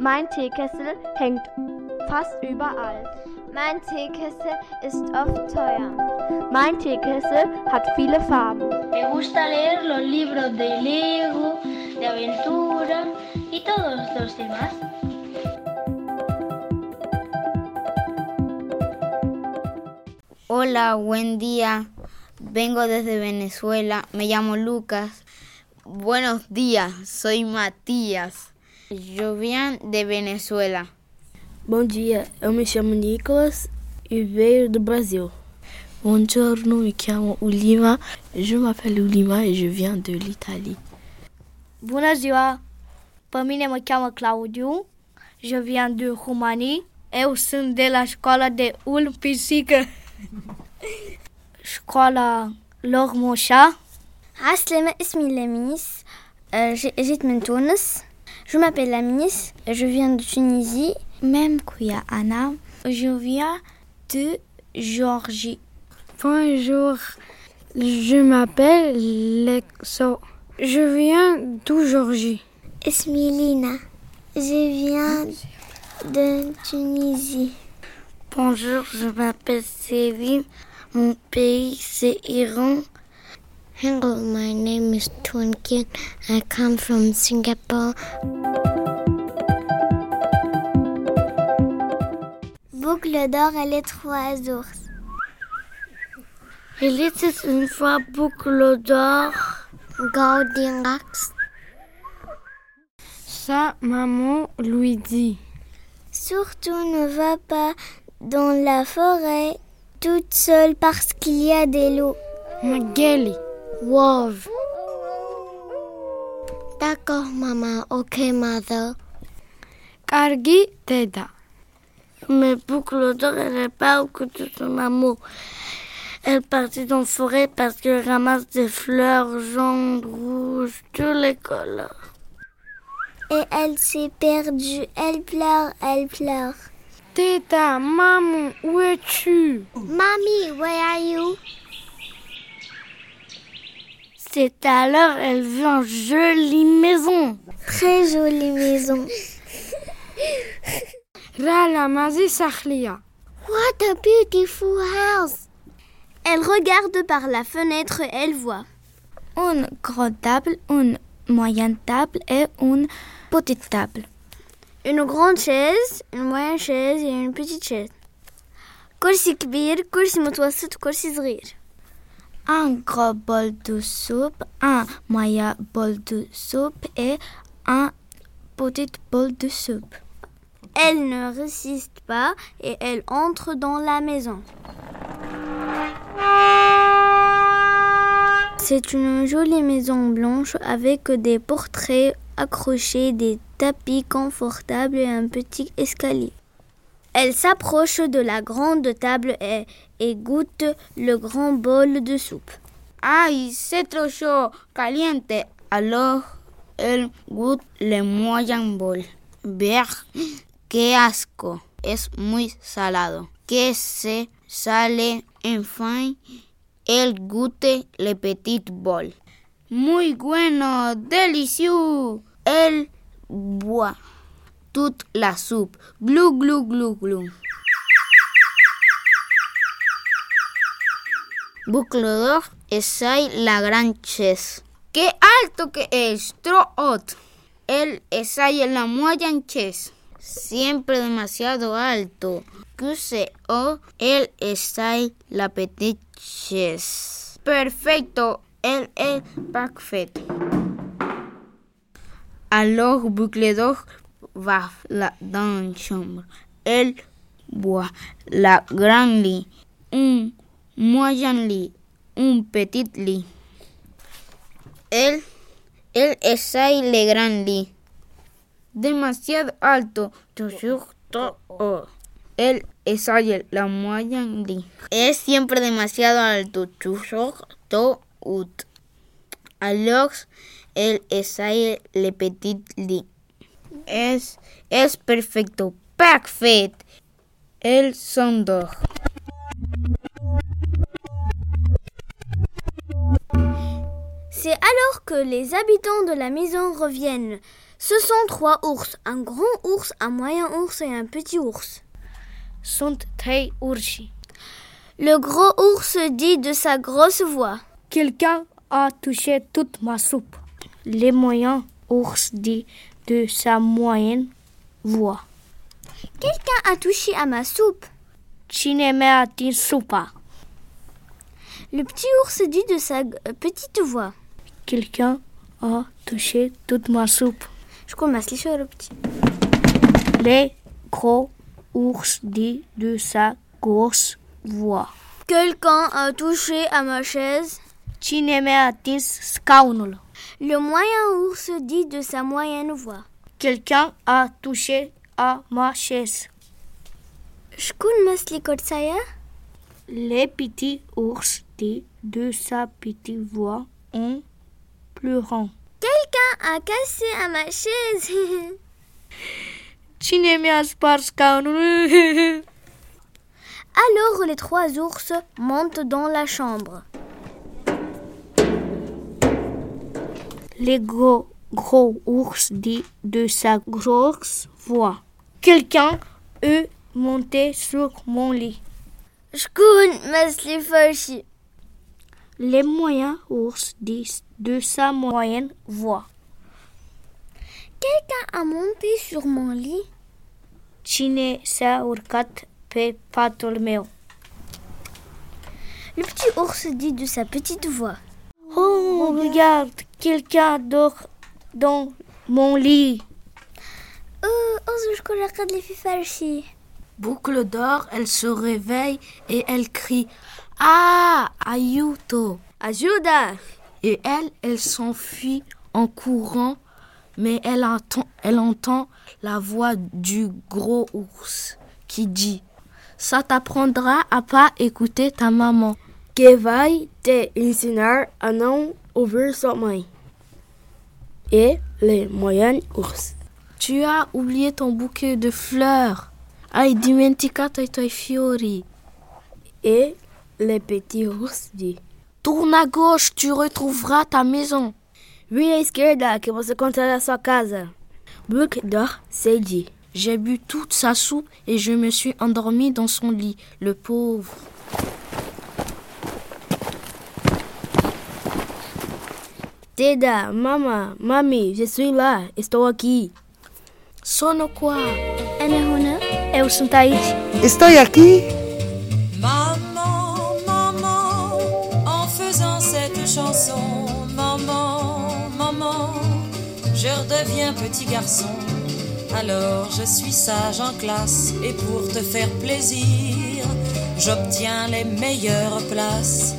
Mein Teekessel hängt fast überall. Mein Teekessel ist oft teuer. Mein Teekessel hat viele Farben. Me gusta leer los libros de Lego, de aventura y todos los demás. Hola, buen día. Vengo desde Venezuela. Me llamo Lucas. Buenos días, soy Matías. Llovian de Venezuela. Bom dia, eu me chamo Nicolas e veio do Brasil. Buongiorno, me chamo Ulima. Je m'appelle Ulima et je viens de l'Italie. Bună ziua! Pe mine mă cheamă Claudiu, je viens de România. Eu sunt de la școala de ulm pisică. școala lor moșa. Aslema ismi Lamis. Euh, j'ai- J'ai de Tunis. Je m'appelle Lamis. Je viens de Tunisie. Même Kouya Anna. Je viens de Géorgie. Bonjour, je m'appelle Lexo. Je viens d'où Georgie. Ismilina. Je viens de Tunisie. Bonjour, je m'appelle Céline. Mon pays, c'est Iran. Hello, my name is Tunkin. I come from Singapore. Boucle d'or et les trois ours. Il était une fois boucle d'or. Golden Rocks. Sa maman lui dit. Surtout ne va pas dans la forêt toute seule parce qu'il y a des loups. Magali. Wolf. D'accord, maman. Ok, mother. Cargi t'aida. Mais boucle d'or, elle n'est pas au côté de son amour. Elle partit dans la forêt parce qu'elle ramasse des fleurs jaunes, rouges, tous les couleurs. Et elle s'est perdue. Elle pleure, elle pleure. Teta, maman, où es-tu Mommy, where are you? C'est à l'heure, elle vit en jolie maison. Très jolie maison. Rala mazi sahlia. What a beautiful house! Elle regarde par la fenêtre et elle voit. Une grande table, une moyenne table et une petite table. Une grande chaise, une moyenne chaise et une petite chaise. كرسي كبير كرسي متوسط كرسي صغير Un gros bol de soupe, un moyen bol de soupe et un petit bol de soupe. Elle ne résiste pas et elle entre dans la maison. C'est une jolie maison blanche avec des portraits accrochés, des tapis confortables et un petit escalier. Elle s'approche de la grande table et, et goûte le grand bol de soupe. Ay, c'est trop chaud, caliente. Alors, elle goûte le moyen bol. Ver, qué asco. Es muy salado. Que se sale enfin. Elle goûte le petit bol. Muy bueno, délicieux. Elle boit toute la soupe. Glou, glou, glou, glou. Buclodor esai la gran ches. ¡Qué alto que es! Troot. El esai la moyan ches. Siempre demasiado alto. Cuse o el esai la petit ches. Perfecto. El E el parfait. Alors Buclodor va la dans chambre. El bois la gran lit. Un moyen lit, un petit lit. Él, él es le grand lit. Demasiado alto, toujours trop haut. Él es la moyen lit. Es siempre demasiado alto, toujours trop haut. Alors, él es le petit lit. Es, es perfecto, parfait. El son dos. C'est alors que les habitants de la maison reviennent. Ce sont trois ours, un grand ours, un moyen ours et un petit ours. Sunt trei urși. Le gros ours dit de sa grosse voix. Quelqu'un a touché toute ma soupe. Les moyens ours dit de sa moyenne voix. Quelqu'un a touché à ma soupe. Cine mi-a atins supa? Le petit ours dit de sa euh, petite voix. Quelqu'un a touché toute ma soupe. Je commence les choses, le petit. Les gros ours dit de sa grosse voix. Quelqu'un a touché à ma chaise. Cine mi-a atins scaunul? Le moyen ours dit de sa moyenne voix. Quelqu'un a touché à ma chaise. Je commence les codes, ça y est. Les petits ours dit de sa petite voix en pleurant. Quelqu'un a cassé à ma chaise. Cine mi-a spart scaunul? Alors les trois ours montent dans la chambre. Les gros, gros ours dit de sa grosse voix. Quelqu'un est monté sur mon lit. Schkoun Maslifoshi. Les moyens ours disent de sa moyenne voix. Quelqu'un a monté sur mon lit. Cine s-a urcat pe patul meu. Le petit ours dit de sa petite voix. Oh, regarde, quelqu'un dort dans mon lit. Oh, Ozushko Lakadlififarshi. Boucle d'or, elle se réveille et elle crie Ah, Ayuto Ajuda. Et elle, elle s'enfuit en courant, mais elle entend, elle entend la voix du gros ours qui dit Ça t'apprendra à pas écouter ta maman. Que vai te ensinar a não ouvir sua mãe. Et le moyen ours. Tu as oublié ton bouquet de fleurs. Ai dimenticato i tuoi fiori. Et le petit ours dit. Tourne à gauche, tu retrouveras ta maison. Vire à esquerda que você encontrará sua casa. Bouc d'or se dit. J'ai bu toute sa soupe et je me suis endormi dans son lit, le pauvre. Teda, mama, mami, je suis là, estou aqui. Sono quoi Eu sunt aici. Estoy aquí. Maman, maman, en faisant cette chanson, maman, maman, je redeviens petit garçon. Alors je suis sage en classe et pour te faire plaisir, j'obtiens les meilleures places.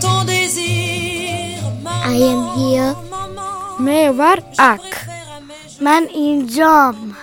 Ton désir, maman, I am here. maman, Me war je préfère à mes jours Man in jam.